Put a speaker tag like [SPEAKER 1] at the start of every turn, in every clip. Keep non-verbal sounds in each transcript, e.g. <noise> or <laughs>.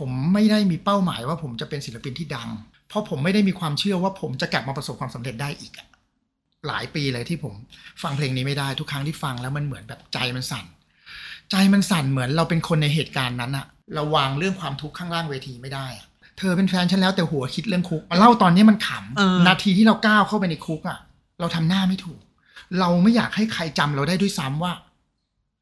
[SPEAKER 1] ผมไม่ได้มีเป้าหมายว่าผมจะเป็นศิลปินที่ดัง เพราะผมไม่ได้มีความเชื่อว่าผมจะกลับมาประสบความสำเร็จได้อีกอะหลายปีเลยที่ผมฟังเพลงนี้ไม่ได้ทุกครั้งที่ฟังแล้วมันเหมือนแบบใจมันสั่น ใจมันสั่นเหมือนเราเป็นคนในเหตุการณ์นั้นอะเราวางเรื่องความทุกข์ข้างล่างเวทีไม่ได้อะเธอเป็นแฟนฉันแล้วแต่หัวคิดเรื่องคุกมาเล่าตอนนี้มันข
[SPEAKER 2] เออ
[SPEAKER 1] ำนาทีที่เราก้าวเข้าไปในคุกอะเราทำหน้าไม่ถูก เราไม่อยากให้ใครจำเราได้ด้วยซ้ำว่า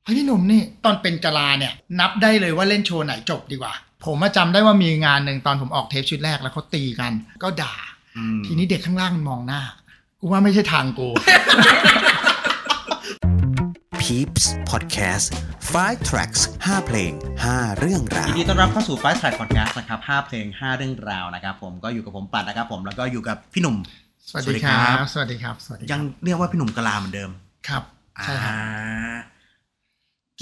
[SPEAKER 1] เฮ้ยพี่หนุ่มนี่ตอนเป็นจราเนี่ย นับได้เลยว่าเล่นโชว์ไหนจบดีกว่า ผมมาจำได้ว่ามีงานหนึ่งตอนผมออกเทปชุดแรกแล้วเขาตีกัน ก็ด่า
[SPEAKER 3] อืม
[SPEAKER 1] ทีนี้เด็กข้างล่างมันมองหน้า กูว่าไม่ใช่ทางกู
[SPEAKER 4] Peeps Podcast 5 tracks 5 เพลง 5 เรื่องรา
[SPEAKER 3] ยิ
[SPEAKER 4] ว
[SPEAKER 3] นดีต้อนรับเข้าสู่ Five Track Podcast นะครับ5เพลง 5 เรื่องราวนะครับผมก็อยู่กับผมปัดนะครับผมแล้วก็อยู่กับพี่หนุ่ม
[SPEAKER 1] <laughs> สวัสดีครับ
[SPEAKER 3] ส
[SPEAKER 1] ส
[SPEAKER 3] วั
[SPEAKER 1] วั
[SPEAKER 3] ส
[SPEAKER 1] ส
[SPEAKER 3] ดี
[SPEAKER 1] ดี
[SPEAKER 3] ค
[SPEAKER 1] ค
[SPEAKER 3] รั
[SPEAKER 1] รับ บ สวัสดี
[SPEAKER 3] ยังเรียกว่าพี่หนุ่มกะลาเหมือนเดิม
[SPEAKER 1] ครับ ใช่ครับ
[SPEAKER 3] อ่า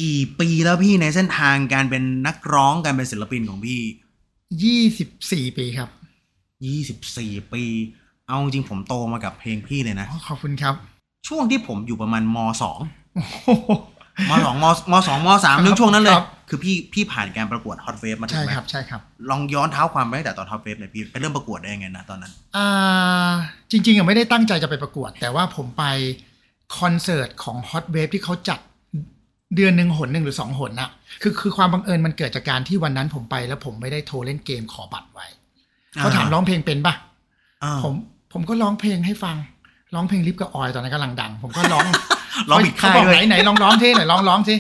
[SPEAKER 3] กี่ปีแล้วพี่ในเส้นทางการเป็นนักร้องการเป็นศิลปินของพี่
[SPEAKER 1] ยี่สิบสี่ปีครับ
[SPEAKER 3] 24 ปี เอาจริงๆผมโตมากับเพลงพี่เลยนะ
[SPEAKER 1] อ๋อขอบคุณครับ
[SPEAKER 3] ช่วงที่ผมอยู่ประมาณมสอง
[SPEAKER 1] โอ้โห
[SPEAKER 3] มสองมมสองม
[SPEAKER 1] <laughs>
[SPEAKER 3] สามเรื่องช่วงนั้นเลย
[SPEAKER 1] ครับ
[SPEAKER 3] คือพี่พี่ผ่านการประกวดฮอตเฟสมาถูก
[SPEAKER 1] ใช่
[SPEAKER 3] ไหม
[SPEAKER 1] ครับ ใช่ครับ
[SPEAKER 3] ลองย้อนเท้าความไปตั้งแต่ตอนฮอตเฟสเลยพี่ไปเริ่มประกวดได้ยังไงนะตอนนั้น
[SPEAKER 1] อ่าจริงๆอ่ะไม่ได้ตั้งใจจะไปประกวด แต่ว่าผมไปคอนเสิร์ตของ Hot Wave ที่เขาจัดเดือนหนึ่งหนหนึ่งหรือสองหนน่ะคือคือความบังเอิญมันเกิดจากการที่วันนั้นผมไปแล้วผมไม่ได้โทรเล่นเกมขอบัตรไว้เขาถามร้องเพลงเป็นปะ
[SPEAKER 3] อ่า
[SPEAKER 1] ผมผมก็ร้องเพลงให้ฟัง ร้องเพลงลิฟกับออยตอนนั้นกำลังดัง ผมก็ร้อง
[SPEAKER 3] <laughs> ร้องผิด
[SPEAKER 1] เขา
[SPEAKER 3] ค่าย
[SPEAKER 1] บอก
[SPEAKER 3] ด้วย
[SPEAKER 1] ไหนไหนลองร้องเท่หน่อยลองร้องสิ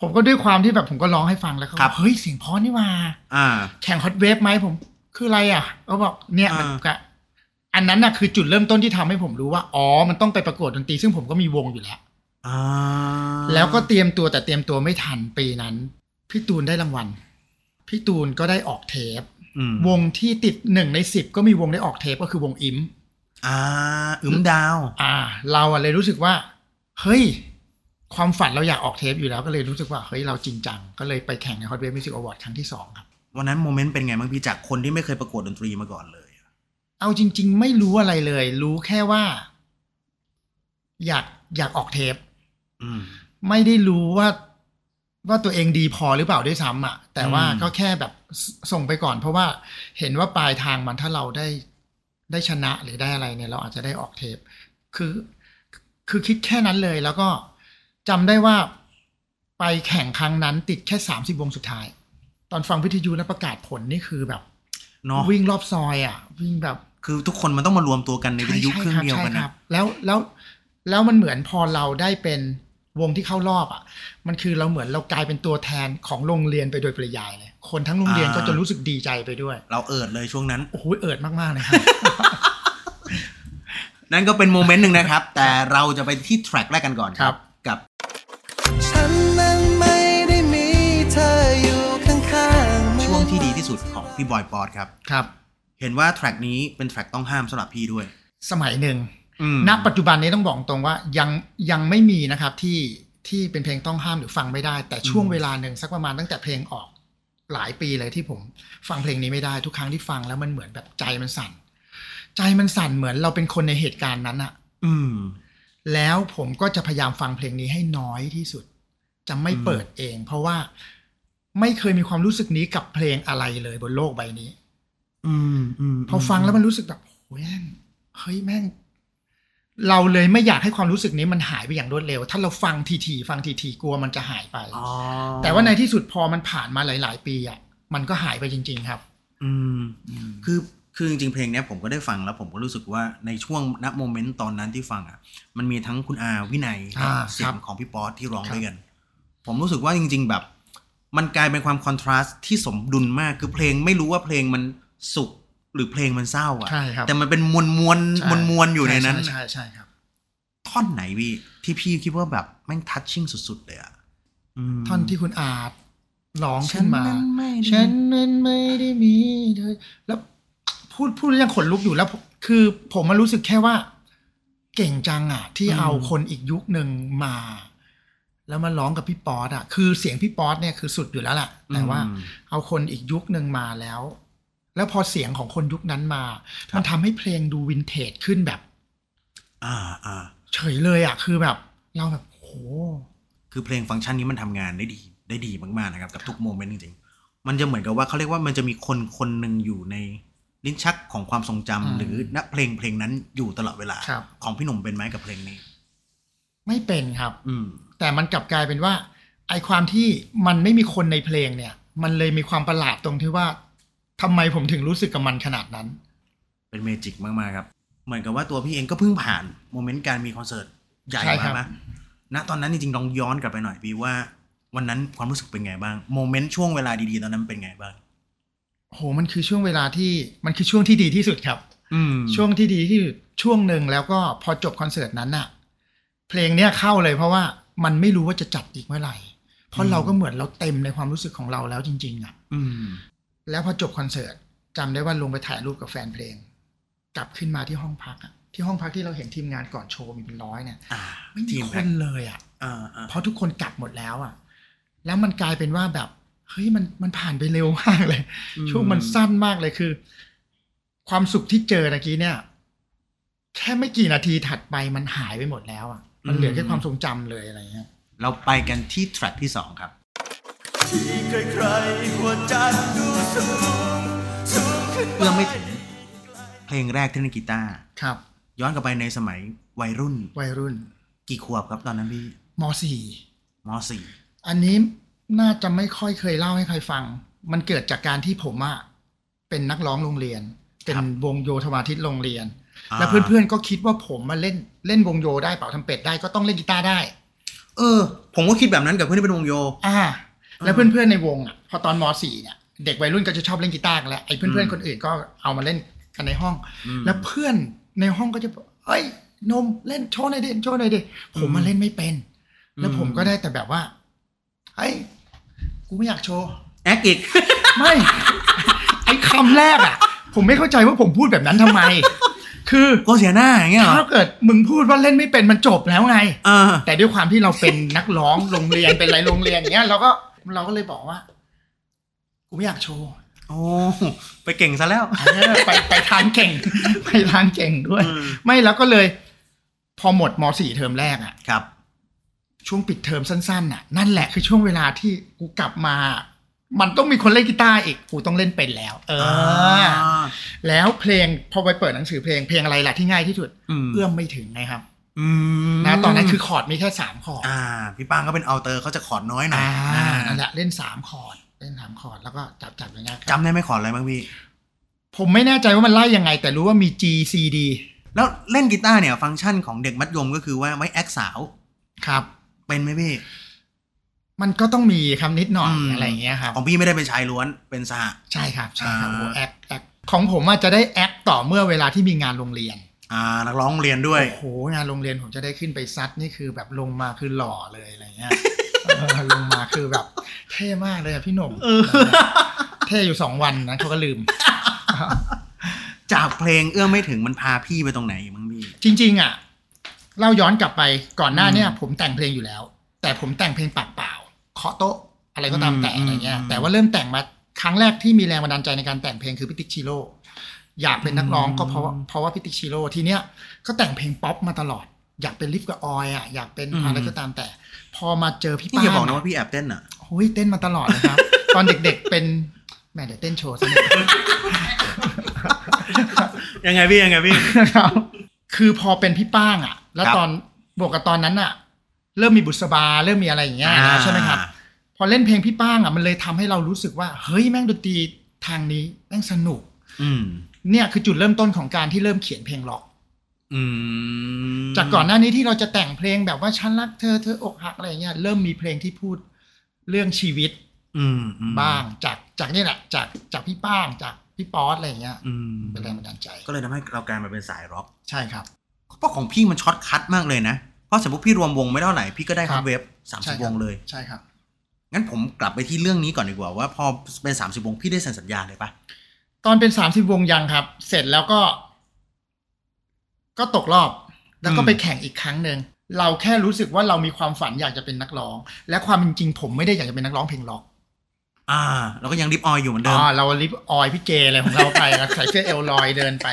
[SPEAKER 1] ผมก็ด้วยความที่แบบผมก็ร้องให้ฟังแล้วเขา
[SPEAKER 3] ครับ
[SPEAKER 1] เฮ้ยเสียงเพอนี่หว่า
[SPEAKER 3] อ่า
[SPEAKER 1] แข่งฮอตเวฟไหมผมคืออะไรอ่ะเขาบอกเนี่ย
[SPEAKER 3] อ่ามั
[SPEAKER 1] นก็อันนั้นน่ะคือจุดเริ่มต้นที่ทำให้ผมรู้ว่า อ๋อ มันต้องไปประกวดดนตรีซึ่งผมก็มีวงอยู่แล้ว
[SPEAKER 3] อ่า
[SPEAKER 1] แล้วก็เตรียมตัวแต่เตรียมตัวไม่ทันปีนั้น พี่ตูนได้รางวัล พี่ตูนก็ได้ออกเทป
[SPEAKER 3] อืม
[SPEAKER 1] วงที่ติดหนึ่งในสิบก็มีวงได้ออกเทปก็คือวงอิม
[SPEAKER 3] อ่าอึมดาว
[SPEAKER 1] อ่า เราอะเลยรู้สึกว่า เฮ้ย ความฝันเราอยากออกเทปอยู่แล้วก็เลยรู้สึกว่าเฮ้ยเราจริงจังก็เลยไปแข่งในฮอตเวฟมิวสิกอวอร์ดครั้งที่สองครับ
[SPEAKER 3] วันนั้นโมเมนต์เป็นไงบ้างพี่จากคนที่ไม่เคยประกวดดนตรีมาก่อนเลย
[SPEAKER 1] เอาจริง ๆ ไม่รู้อะไรเลย รู้แค่ว่า อยากอยากออกเทป
[SPEAKER 3] อืม
[SPEAKER 1] ไม่ได้รู้ว่าว่าตัวเองดีพอหรือเปล่าด้วยซ้ำอ่ะ แต่ว่า
[SPEAKER 3] อืม
[SPEAKER 1] ก็แค่แบบสส่งไปก่อน เพราะว่าเห็นว่าปลายทางมันถ้าเราได้ได้ชนะหรือได้อะไรเนี่ย เราอาจจะได้ออกเทป คือ คือคิดแค่นั้นเลย แล้วก็จำได้ว่าไปแข่งครั้งนั้นติดแค่สามสิบวงสุดท้าย ตอนฟังวิทยุแล้วประกาศผลนี่คือแบบ
[SPEAKER 3] เนาะ
[SPEAKER 1] วิ่งรอบซอยอ่ะ วิ่งแบบ
[SPEAKER 3] คือทุกคนมันต้องมารวมตัวกันในวิทยุเครื่องเดียวกัน
[SPEAKER 1] ใช่ค
[SPEAKER 3] นะ
[SPEAKER 1] รับแล้วแล้วแล้วมันเหมือนพอเราได้เป็นวงที่เข้ารอบอ่ะ มันคือเราเหมือนเรากลายเป็นตัวแทนของโรงเรียนไปโดยปริยายเลยคนทั้งโรงเรียนก็จะรู้สึกดีใจไปด้วย
[SPEAKER 3] เราเอิดเลยช่วงนั้น
[SPEAKER 1] โอ้โหเอิดมากๆเลยครับ
[SPEAKER 3] นั่นก็เป็นโมเมนต์หนึ่งนะครับ แต่เราจะไปที่แทร็กแรกกันก่อนครับ กับ
[SPEAKER 5] ฉันนั้นไม่ได้มีเธออยู่ข้างๆ
[SPEAKER 3] ช่วงที่ดีที่สุดของพี่บอยปอดครับ
[SPEAKER 1] ครับ
[SPEAKER 3] เห็นว่าแทร็กนี้เป็นแทร็กต้องห้ามสำหรับพี่ด้วย
[SPEAKER 1] สมัยหนึ่ง
[SPEAKER 3] อืม
[SPEAKER 1] ณปัจจุบันนี้ต้องบอกตรงว่ายังยังไม่มีนะครับที่ที่เป็นเพลงต้องห้ามหรือฟังไม่ได้ แต่ช่วงเวลาหนึ่งสักประมาณตั้งแต่เพลงออกหลายปีเลยที่ผมฟังเพลงนี้ไม่ได้ทุกครั้งที่ฟังแล้วมันเหมือนแบบใจมันสั่น ใจมันสั่นเหมือนเราเป็นคนในเหตุการณ์นั้นอะ
[SPEAKER 3] อืม
[SPEAKER 1] แล้วผมก็จะพยายามฟังเพลงนี้ให้น้อยที่สุด จะไม่
[SPEAKER 3] อืม
[SPEAKER 1] เปิดเอง เพราะว่าไม่เคยมีความรู้สึกนี้กับเพลงอะไรเลยบนโลกใบนี้
[SPEAKER 3] อืมอืม
[SPEAKER 1] พอฟังแล้วมันรู้สึกแบบโอ้ยแม่งเฮ้ยแม่ง เราเลยไม่อยากให้ความรู้สึกนี้มันหายไปอย่างรวดเร็ว ถ้าเราฟังทีๆฟังทีๆกลัวมันจะหายไป
[SPEAKER 3] อ๋อ
[SPEAKER 1] แต่ว่าในที่สุดพอมันผ่านมาหลาย ๆ ปีอ่ะมันก็หายไปจริง ๆ ครับ
[SPEAKER 3] อืม คือคือจริงๆเพลงเนี้ยผมก็ได้ฟังแล้วผมก็รู้สึกว่าในช่วงณโมเมนต์ตอนนั้นที่ฟังอ่ะ มันมีทั้งคุณอาวินัย
[SPEAKER 1] อ่า
[SPEAKER 3] เสียง
[SPEAKER 1] ครับ
[SPEAKER 3] ของพี่ป๊อตที่ร้อง
[SPEAKER 1] ครับ
[SPEAKER 3] ด้วยกันผมรู้สึกว่าจริง ๆ แบบ มันกลายเป็นความคอนทราสต์ที่สมดุลมากคือเพลงไม่รู้ว่าเพลงมันสุขหรือเพลงมันเศร้าอ่ะ
[SPEAKER 1] ใช่ครับ
[SPEAKER 3] แต่มันเป็นมวลมวล
[SPEAKER 1] ใช่
[SPEAKER 3] มวลมวลอยู่ในนั้น
[SPEAKER 1] ใช่ใช่ใช่ครับ
[SPEAKER 3] ท่อนไหนพี่ที่พี่คิดว่าแบบแม่งทัชชิ่งสุดๆเลยอ่ะม
[SPEAKER 1] ท่อนที่คุณอาจร้อง
[SPEAKER 3] ฉั
[SPEAKER 1] ขึ้นมา
[SPEAKER 3] นไม่ได้
[SPEAKER 1] ฉันนั้นไม่ได้มีเธอแล้วพูดพูดแล้วยังขนลุกอยู่แล้วผมคือผมมารู้สึกแค่ว่า เก่งจังอ่ะ ที่เอาคนอีกยุคหนึ่งมา แล้วมาร้องกับพี่ป๊อตอ่ะ คือเสียงพี่ป๊อตเนี่ยคือสุดอยู่แล้วแหละแต่ว่า
[SPEAKER 3] อืม
[SPEAKER 1] เอาคนอีกยุคหนึ่งมาแล้ว แล้วพอเสียงของคนยุคนั้นมา
[SPEAKER 3] ครับ
[SPEAKER 1] มันทำให้เพลงดูวินเทจขึ้นแบบ
[SPEAKER 3] อ่าอ่า
[SPEAKER 1] เฉยเลยอ่ะ คือแบบ เราแบบโห
[SPEAKER 3] คือเพลงฟังก์ชันนี้มันทำงานได้ดี ได้ดีมากๆนะครับ กับทุกโมเมนต์จริงๆ มันจะเหมือนกับว่าเขาเรียกว่ามันจะมีคนคนหนึ่งอยู่ในลิ้นชักของความทรงจำ
[SPEAKER 1] อืม
[SPEAKER 3] หรือณเพลงเพลงนั้นอยู่ตลอดเวลา
[SPEAKER 1] ครับ
[SPEAKER 3] ของพี่หนุ่มเป็นไหมกับเพลงนี้
[SPEAKER 1] ไม่เป็นครับ
[SPEAKER 3] อืม
[SPEAKER 1] แต่มันกลับกลายเป็นว่าไอความที่มันไม่มีคนในเพลงเนี่ย มันเลยมีความประหลาดตรงที่ว่าทำไมผมถึงรู้สึกกับมันขนาดนั้น
[SPEAKER 3] เป็นเมจิกมากๆครับ เหมือนกับว่าตัวพี่เองก็เพิ่งผ่านโมเมนต์การมีคอนเสิร์ตใหญ่
[SPEAKER 1] ใช่ครั
[SPEAKER 3] มา
[SPEAKER 1] บ
[SPEAKER 3] กนะณตอนนั้นจริงๆลองย้อนกลับไปหน่อยพี่ว่า วันนั้นความรู้สึกเป็นไงบ้างโมเมนต์ช่วงเวลาดีๆตอนนั้นเป็นไงบ้าง
[SPEAKER 1] โหมันคือช่วงเวลาที่มันคือช่วงที่ดีที่สุดครับ
[SPEAKER 3] อืม
[SPEAKER 1] ช่วงที่ดีที่สุดช่วงหนึ่งแล้วก็พอจบคอนเสิร์ตนั้นน่ะ เพลงเนี้ยเข้าเลยเพราะว่ามันไม่รู้ว่าจะจัดอีกเมื่อไหร่ เพราะเราก็เหมือนเราเต็มในความรู้สึกของเราแล้วจริงๆอ่ะ
[SPEAKER 3] อืม
[SPEAKER 1] แล้วพอจบคอนเสิร์ตจำได้ว่าลงไปถ่ายรูปกับแฟนเพลง กลับขึ้นมาที่ห้องพักอะที่ห้องพักที่เราเห็นทีมงานก่อนโชว์มีเป็นร้อยเนี่ย
[SPEAKER 3] อ่า
[SPEAKER 1] ไม่
[SPEAKER 3] ที
[SPEAKER 1] มี
[SPEAKER 3] ม
[SPEAKER 1] ค
[SPEAKER 3] แพ็คน
[SPEAKER 1] เลยอ่ะ
[SPEAKER 3] อ่าอ่า
[SPEAKER 1] เพราะทุกคนกลับหมดแล้วอ่ะ แล้วมันกลายเป็นว่าแบบเฮ้ยมันมันผ่านไปเร็วมากเลย ช่วงมันสั้นมากเลยคือ ความสุขที่เจอตะกี้เนี่ย แค่ไม่กี่นาทีถัดไปมันหายไปหมดแล้วอ่ะ มันเหลือแค่ความทรงจำเลยอะไรเงี้ย
[SPEAKER 3] เราไปกันที่แทร็กที่สองครับ
[SPEAKER 5] ที่ใครๆหัวใจดูสูงสูงขึ้น
[SPEAKER 3] เอื้อมไม่ถึง เพลงแรกที่เล่นกีตาร์
[SPEAKER 1] ครับ
[SPEAKER 3] ย้อนกลับไปในสมัยวัยรุ่น
[SPEAKER 1] วัยรุ่น
[SPEAKER 3] กี่ขวบครับตอนนั้นพี่
[SPEAKER 1] มสี่
[SPEAKER 3] มสี่
[SPEAKER 1] อันนี้น่าจะไม่ค่อยเคยเล่าให้ใครฟัง มันเกิดจากการที่ผมอะเป็นนักร้องโรงเรียน เป็นวงโยธวาทิตโรงเรียน แล้วเพื่อนๆก็คิดว่าผมมาเล่นเล่นวงโยได้เป่าทำเป็ดได้ก็ต้องเล่นกีตาร์ได้
[SPEAKER 3] เออ ผมก็คิดแบบนั้นกับเพื่อนที่เป็นวงโย
[SPEAKER 1] อ่า
[SPEAKER 3] อืม
[SPEAKER 1] แล้วเพื่อนๆในวงอะพอตอนม .4 เนี่ยเด็กวัยรุ่นก็จะชอบเล่นกีตาร์กันแล้วไอ้เพื่อน
[SPEAKER 3] อืม
[SPEAKER 1] ๆคนอื่นก็เอามาเล่นกันในห้อง
[SPEAKER 3] อืม
[SPEAKER 1] แล้วเพื่อนในห้องก็จะบอกเอ้ยนมเล่นโชว์หน่อยดิโชว์หน่อยดิผม
[SPEAKER 3] อื
[SPEAKER 1] มาม เล่นไม่เป็น แล้ว
[SPEAKER 3] อืม
[SPEAKER 1] ผมก็ได้แต่แบบว่าเฮ้ยกูไม่อยากโชว์
[SPEAKER 3] แอคอีก
[SPEAKER 1] ไม่ <laughs> ไอ้คำแรกอ่ะ ผมไม่เข้าใจว่าผมพูดแบบนั้นทำไม คือ
[SPEAKER 3] ก็เสียหน้าอย่างเงี้ยเหรอ
[SPEAKER 1] ถ้าเกิดมึงพูดว่าเล่นไม่เป็นมันจบแล้วไง
[SPEAKER 3] เออ
[SPEAKER 1] แต่ด้วยความที่เราเป็นนักร้องโรงเรียนเป็นอะไรโรงเรียนอย่างเงี้ยเราก็เราก็เลยบอกว่ากูไม่อยากโชว์
[SPEAKER 3] โอ้ ไปเก่งซะแล้ว
[SPEAKER 1] เออไปไปทางเก่ง <laughs> ไปทางเก่งด้วย
[SPEAKER 3] อืม
[SPEAKER 1] ไม่แล้วก็เลย พอหมดมสี่เทอมแรกอ่ะ
[SPEAKER 3] ครับ
[SPEAKER 1] ช่วงปิดเทอมสั้นๆน่ะนั่นแหละคือช่วงเวลาที่กูกลับมา มันต้องมีคนเล่นกีตาร์อีกกูต้องเล่นเป็นแล้ว เออ แล้วเพลงพอไปเปิดหนังสือเพลงเพลงอะไรล่ะที่ง่ายที่สุด
[SPEAKER 3] อืม
[SPEAKER 1] เอื้อมไม่ถึงไงครับ
[SPEAKER 3] อืม
[SPEAKER 1] นะตอนนั้นคือคอร์ดมีแค่สามคอร์ด
[SPEAKER 3] อ่า พี่ป้างก็เป็นเอาเตอร์เขาจะขอดน้อยหน่อย
[SPEAKER 1] อ่า
[SPEAKER 3] อ่า
[SPEAKER 1] นั่นแหละเล่นสามคอร์ดเล่นสามคอร์ดแล้วก็จับจับอย่างเงี้ยครับ
[SPEAKER 3] จำได้ไหมขอดอะไรบ้างพี่
[SPEAKER 1] ผมไม่แน่ใจว่ามันไล่ยังไง แต่รู้ว่ามี G C D
[SPEAKER 3] แล้วเล่นกีตาร์เนี่ย ฟังก์ชันของเด็กมัธยมก็คือว่าไว้แอคสาว
[SPEAKER 1] ครับ
[SPEAKER 3] เป็นไหมพี่
[SPEAKER 1] มันก็ต้องมีคำนิดหน่อย
[SPEAKER 3] อืม
[SPEAKER 1] อะไรอย่างเงี้ยครับ
[SPEAKER 3] ของพี่ไม่ได้เป็นชายล้วนเป็นสห
[SPEAKER 1] ใช่ครับใช่ครับ
[SPEAKER 3] อ่า
[SPEAKER 1] โอ้แอคแอคของผมอาจจะได้แอคต่อเมื่อเวลาที่มีงานโรงเรียน
[SPEAKER 3] อ่านักร้องเรียนด้วย
[SPEAKER 1] โอ้โหงานโรงเรียนผมจะได้ขึ้นไปซัดนี่คือแบบลงมาคือหล่อเลยอะไรเงี้ยเออลงมาคือแบบเท่มากเลยอะพี่หนุ่ม เท่อยู่สองวันนะเขาก็ลืม
[SPEAKER 3] จากเพลงเอื้อมไม่ถึงมันพาพี่ไปตรงไหนบ้างพี่
[SPEAKER 1] จริง ๆ อ่ะ เล่าย้อนกลับไปก่อนหน้าเนี่ย ผมแต่งเพลงอยู่แล้ว แต่ผมแต่งเพลงปากเปล่าเคาะโต๊ะอะไรก็ตามแต่
[SPEAKER 3] อืม
[SPEAKER 1] อะไรเงี้ย
[SPEAKER 3] อืม
[SPEAKER 1] แต่ว่าเริ่มแต่งมาครั้งแรกที่มีแรงบันดาลใจในการแต่งเพลงคือพิติกชิโร่อยากเป็นนักร้องก็เพราะว่า
[SPEAKER 3] อืม
[SPEAKER 1] เพราะว่าพิติกชิโร่ทีเนี้ยก็แต่งเพลงป๊อปมาตลอด อยากเป็นลิฟกับออยอ่ะอยากเป็น
[SPEAKER 3] อืม
[SPEAKER 1] อะไรก็ตามแต่ พอมาเจอพี่
[SPEAKER 3] นี่
[SPEAKER 1] ป้า
[SPEAKER 3] อย่าบอกนะ
[SPEAKER 1] เย
[SPEAKER 3] ว่าพี่แอบเต้นอ่ะ
[SPEAKER 1] โอ้ยเต้นมาตลอดนะครับ ตอนเด็กๆเป็นแหม่เดี๋ยวเต้นโชว์ซะหน่อย
[SPEAKER 3] ยังไงพี่ยังไงพี่
[SPEAKER 1] นะครับคือพอเป็นพี่ป้างอ่ะ แล้ว
[SPEAKER 3] ครับ
[SPEAKER 1] ตอนบวกกับตอนนั้นอ่ะ เริ่มมีบุษบาเริ่มมีอะไรอย่างเงี้ย
[SPEAKER 3] อ่า
[SPEAKER 1] ใช่ไหมครับ พอเล่นเพลงพี่ป้างอ่ะมันเลยทำให้เรารู้สึกว่า เฮ้ยแม่งดนตรีทางนี้แม่งสนุก
[SPEAKER 3] อืม
[SPEAKER 1] เนี่ยคือจุดเริ่มต้นของการที่เริ่มเขียนเพลงร็อก
[SPEAKER 3] อืม
[SPEAKER 1] จากก่อนหน้านี้ที่เราจะแต่งเพลงแบบว่าฉันรักเธอเธออกหักอะไรอย่างเงี้ยเริ่มมีเพลงที่พูดเรื่องชีวิต
[SPEAKER 3] อืมอืม
[SPEAKER 1] บ้าง จากจากนี่แหละจากจากพี่ป้างจากพี่ป๊อตอะไรอย่างเงี้ย
[SPEAKER 3] อืม
[SPEAKER 1] เป็นแรงบันดาลใจ
[SPEAKER 3] ก็เลยทำให้เรากลายมาเป็นสายร็อก
[SPEAKER 1] ใช่ครับ
[SPEAKER 3] เพราะของพี่มันช็อตคัดมากเลยนะ เพราะสมมติพี่รวมวงไม่เท่าไหร่ พี่ก็ได้
[SPEAKER 1] ครั
[SPEAKER 3] คั
[SPEAKER 1] บ
[SPEAKER 3] ดเว็บสาม
[SPEAKER 1] ใช่
[SPEAKER 3] สิบ
[SPEAKER 1] ครับ
[SPEAKER 3] วงเลย
[SPEAKER 1] ใช่ครับ
[SPEAKER 3] งั้นผมกลับไปที่เรื่องนี้ก่อนดีกว่าว่าพอเป็นสามสิบวงพี่ได้เซ็นสัญญาเลยปะ
[SPEAKER 1] ตอนเป็นสามสิบวงยังครับ เสร็จแล้วก็ ก็ตกรอบ แล้วก็ไปแข่งอีกครั้งหนึ่ง เราแค่รู้สึกว่าเรามีความฝันอยากจะเป็นนักร้อง และความเป็นจริงผมไม่ได้อยากจะเป็นนักร้องเพลงร็อก
[SPEAKER 3] อ่า เราก็ยังริบออยอยู่เหมือนเดิ
[SPEAKER 1] อ๋
[SPEAKER 3] ม
[SPEAKER 1] อเราลิปออยพี่เจอะไรของเราไป <laughs> แล้วใส่เสื้อเอลลอยเดินไป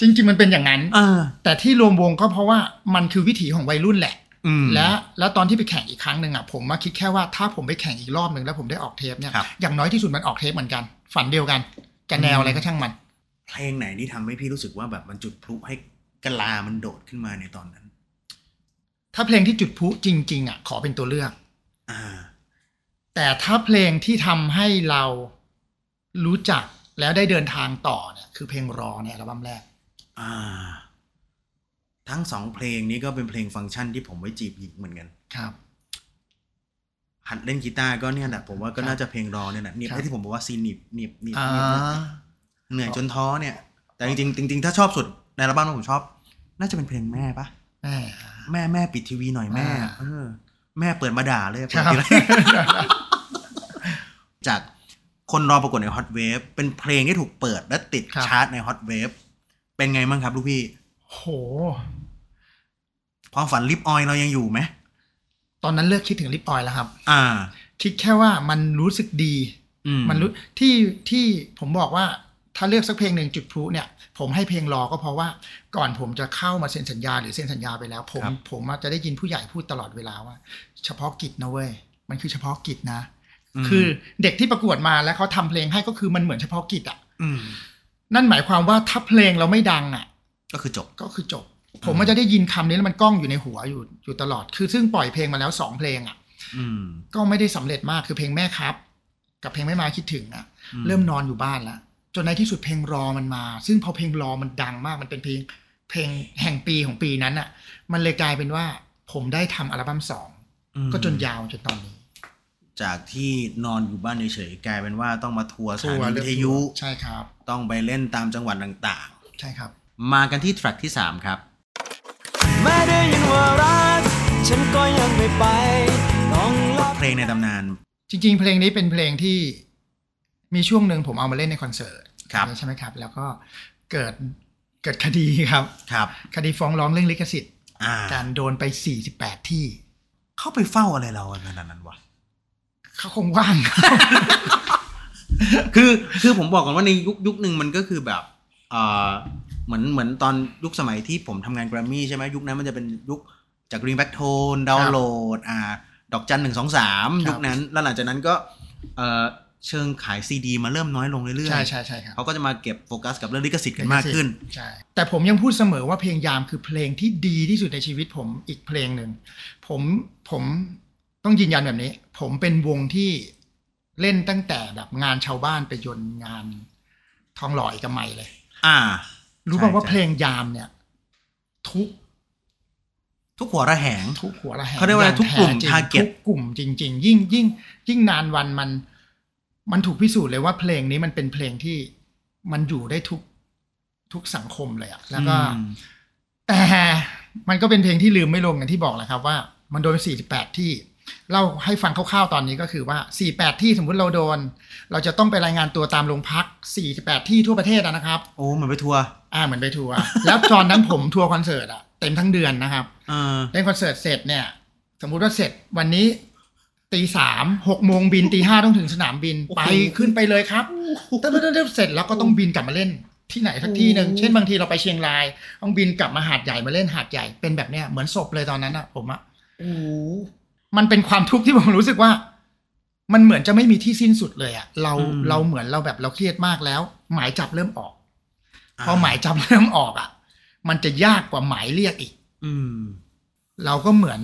[SPEAKER 1] จริง ๆ มันเป็นอย่างนั้น
[SPEAKER 3] เออ
[SPEAKER 1] แต่ที่รวมวงก็เพราะว่ามันคือวิถีของวัยรุ่นแหละ
[SPEAKER 3] อืม
[SPEAKER 1] และแล้วตอนที่ไปแข่งอีกครั้งหนึ่งอ่ะผมมาคิดแค่ว่าถ้าผมไปแข่งอีกรอบหนึ่งแล้วผมได้ออกเทปเนี่ย
[SPEAKER 3] ครับ
[SPEAKER 1] อย่างน้อยที่สุดมันออกเทปเหมือนกัน ฝันเดียวกันจะแนวอะไรก็ช่างมัน
[SPEAKER 3] เพลงไหนที่ทำให้พี่รู้สึกว่าแบบมันจุดพลุให้กะลามันโดดขึ้นมาในตอนนั้น
[SPEAKER 1] ถ้าเพลงที่จุดพลุจริง ๆอ่ะขอเป็นตัวเลือก
[SPEAKER 3] อ่า
[SPEAKER 1] แต่ถ้าเพลงที่ทำให้เรารู้จักแล้วได้เดินทางต่อเนี่ยคือเพลงรอในอัลบั้มแรก
[SPEAKER 3] อ่า ทั้งสองเพลงนี้ก็เป็นเพลงฟังก์ชันที่ผมไว้จีบหญิงเหมือนกัน
[SPEAKER 1] ครับ
[SPEAKER 3] หัดเล่นกีตาร์ก็เนี่ยแหละผมว่าก็น่าจะเพลงรอเนี่ยแหละเนี่ย
[SPEAKER 1] ครับ
[SPEAKER 3] ไอ้ที่ผมบอกว่าซีนิบหนิบหนิบ
[SPEAKER 1] อ่า
[SPEAKER 3] หนิบเหนื่อยจนท้อเนี่ย แต่จริงๆจริงๆถ้าชอบสุดในอัลบั้มผมชอบ น่าจะเป็นเพลงแม่ปะ
[SPEAKER 1] แม่
[SPEAKER 3] แม่แม่ปิดทีวีหน่อยแม่
[SPEAKER 1] อ่า
[SPEAKER 3] เออแม่เปิดมาด่าเลย
[SPEAKER 1] ค
[SPEAKER 3] เปิด
[SPEAKER 1] รับ
[SPEAKER 3] ทีไร <laughs> จากคนรอประกวดในฮอตเวฟเป็นเพลงที่ถูกเปิดและติด
[SPEAKER 1] ครับ
[SPEAKER 3] ชาร์ตในฮอตเวฟเป็นไงบ้างครับลูกพี่
[SPEAKER 1] <laughs> โห
[SPEAKER 3] ความฝันลิปออยเรายังอยู่ไหม
[SPEAKER 1] ตอนนั้นเลิกคิดถึงลิปออยแล้วครับ
[SPEAKER 3] อ่า
[SPEAKER 1] คิดแค่ว่ามันรู้สึกดี
[SPEAKER 3] อื
[SPEAKER 1] มันรู้ที่ที่ผมบอกว่าถ้าเลือกสักเพลงหนึ่งจุดพลุเนี่ย ผมให้เพลงรอก็เพราะว่าก่อนผมจะเข้ามาเซ็นสัญญาหรือเซ็นสัญญาไปแล้ว ผม
[SPEAKER 3] ครับ
[SPEAKER 1] ผมอะจะได้ยินผู้ใหญ่พูดตลอดเวลาว่า เฉพาะกิจนะเว้ยมันคือเฉพาะกิจนะ คือเด็กที่ประกวดมาแล้วเขาทำเพลงให้ก็คือมันเหมือนเฉพาะกิจอ่ะ
[SPEAKER 3] อืม
[SPEAKER 1] นั่นหมายความว่าถ้าเพลงเราไม่ดังอ่ะ
[SPEAKER 3] ก็คือจบ
[SPEAKER 1] ก็คือจบ ผมมันจะได้ยินคำนี้แล้วมันกล้องอยู่ในหัวอยู่อยู่ตลอด คือซึ่งปล่อยเพลงมาแล้วสองเพลงอ่ะ
[SPEAKER 3] อืม
[SPEAKER 1] ก็ไม่ได้สำเร็จมากคือเพลงแม่ครับ กับเพลงไม่มาคิดถึงอ่ะ
[SPEAKER 3] อืม
[SPEAKER 1] เริ่มนอนอยู่บ้านละจนในที่สุดเพลงรอมันมา ซึ่งพอเพลงรอมันดังมากมันเป็นเพลง เพลงแห่งปีของปีนั้นอ่ะ มันเลยกลายเป็นว่า ผมได้ทำอัลบั้มสอง
[SPEAKER 3] อืม
[SPEAKER 1] ก็จนยาวจนตอนนี้
[SPEAKER 3] จากที่นอนอยู่บ้านเฉยๆกลายเป็นว่าต้องมาทัวร์สถานีวิทยุ
[SPEAKER 1] ใช่ครับ
[SPEAKER 3] ต้องไปเล่นตามจังหวัดต่าง
[SPEAKER 1] ใช่ครับ
[SPEAKER 3] ๆ มากันที่แทร็กที่ 3 ครับ
[SPEAKER 5] แม่ได้ยินว่ารัก ฉันก็ยังไม่ไปน้องรอ
[SPEAKER 3] เพลงในตำนาน
[SPEAKER 1] จริงๆ เพลงนี้เป็นเพลงที่มีช่วงหนึ่งผมเอามาเล่นในคอนเสิร์ต
[SPEAKER 3] ครับ
[SPEAKER 1] ใช่ไหมครับ แล้วก็เกิดเกิดคดีครับ <laughs>
[SPEAKER 3] ครับ
[SPEAKER 1] คดีฟ้องร้องเรื่องลิขสิทธิ์
[SPEAKER 3] อ่า
[SPEAKER 1] การโดนไป 48 ที่
[SPEAKER 3] เข้าไปเฝ้าอะไรเราขนาดนั้นวะ
[SPEAKER 1] เขาคงว่าง
[SPEAKER 3] คือคือผมบอกก่อนว่าในยุคยุคหนึ่งมันก็คือแบบเอ่อเหมือนเหมือนตอนยุคสมัยที่ผมทำงานแกรมมี่ใช่ไหมยุคนั้นมันจะเป็นยุคจากรีแบ็กโทนดาวน์โหลดอ่าดอกจันหนึ่งสองสาม
[SPEAKER 1] ครับ
[SPEAKER 3] ยุคนั้น แล้วหลังจากนั้นก็เอ่อเชิงขายซีดีมาเริ่มน้อยลงเรื่อย
[SPEAKER 1] ใช่ใช่ใช่ครับ
[SPEAKER 3] ๆเขาก็จะมาเก็บโฟกัสกับเรื่องลิขสิทธิ์กันมากขึ้น
[SPEAKER 1] ใช่แต่ผมยังพูดเสมอว่าเพลงยามคือเพลงที่ดีที่สุดในชีวิตผมอีกเพลงหนึ่ง ผมผมต้องยืนยันแบบนี้ ผมเป็นวงที่เล่นตั้งแต่แบบงานชาวบ้านไปจนงานทองหล่อเอกมัยเลย
[SPEAKER 3] อ่า
[SPEAKER 1] รู้
[SPEAKER 3] ใช่
[SPEAKER 1] ป่าวว่า
[SPEAKER 3] ใช่
[SPEAKER 1] เพลงยามเนี่ย ทุก
[SPEAKER 3] ทุกหัวระแหง
[SPEAKER 1] ทุกหัวระแหง
[SPEAKER 3] เขาเรียกว่าอะไร
[SPEAKER 1] ง
[SPEAKER 3] ทุกกลุ่ม
[SPEAKER 1] แท้จริง
[SPEAKER 3] target
[SPEAKER 1] ทุกกลุ่มจริง ๆ ยิ่งยิ่ง ยิ่งนานวันมัน มันถูกพิสูจน์เลยว่าเพลงนี้มันเป็นเพลงที่มันอยู่ได้ทุกทุกสังคมเลยอะแล้วก็
[SPEAKER 3] อืม
[SPEAKER 1] แต่มันก็เป็นเพลงที่ลืมไม่ลงอย่างที่บอกแหละครับว่ามันโดน 48 ที่ เล่าให้ฟังคร่าวๆตอนนี้ก็คือว่า 48 ที่สมมุติเราโดน เราจะต้องไปรายงานตัวตามโรงพัก 48 ที่ทั่วประเทศอะนะครับ
[SPEAKER 3] โอ้เหมือนไปทัวร์
[SPEAKER 1] อ่าเหมือนไปทัวร์ แล้วตอนนั้นผมทัวร์คอนเสิร์ตอะเต็มทั้งเดือนนะครับ
[SPEAKER 3] เออ
[SPEAKER 1] เล่นคอนเสิร์ตเสร็จเนี่ย สมมุติว่าเสร็จวันนี้ตีสามหกโมงบินตีห้าต้องถึงสนามบินไปขึ้นไปเลยครับแต่เริ่มเสร็จแล้วก็ต้องบินกลับมาเล่นที่ไหนสักที่หนึ่งเช่นบางทีเราไปเชียงราย ต้องบินกลับมาหาดใหญ่มาเล่นหาดใหญ่เป็นแบบเนี้ยเหมือนศพเลยตอนนั้นอะผมอะ
[SPEAKER 3] โอ้
[SPEAKER 1] มันเป็นความทุกข์ที่ผมรู้สึกว่า มันเหมือนจะไม่มีที่สิ้นสุดเลยอะเราเราเหมือนเราแบบเราเครียดมากแล้ว หมายจับเริ่มออกพอหมายจับเริ่มออกอะมันจะยากกว่าหมายเรียกอีก
[SPEAKER 3] อืม
[SPEAKER 1] เราก็เหมือน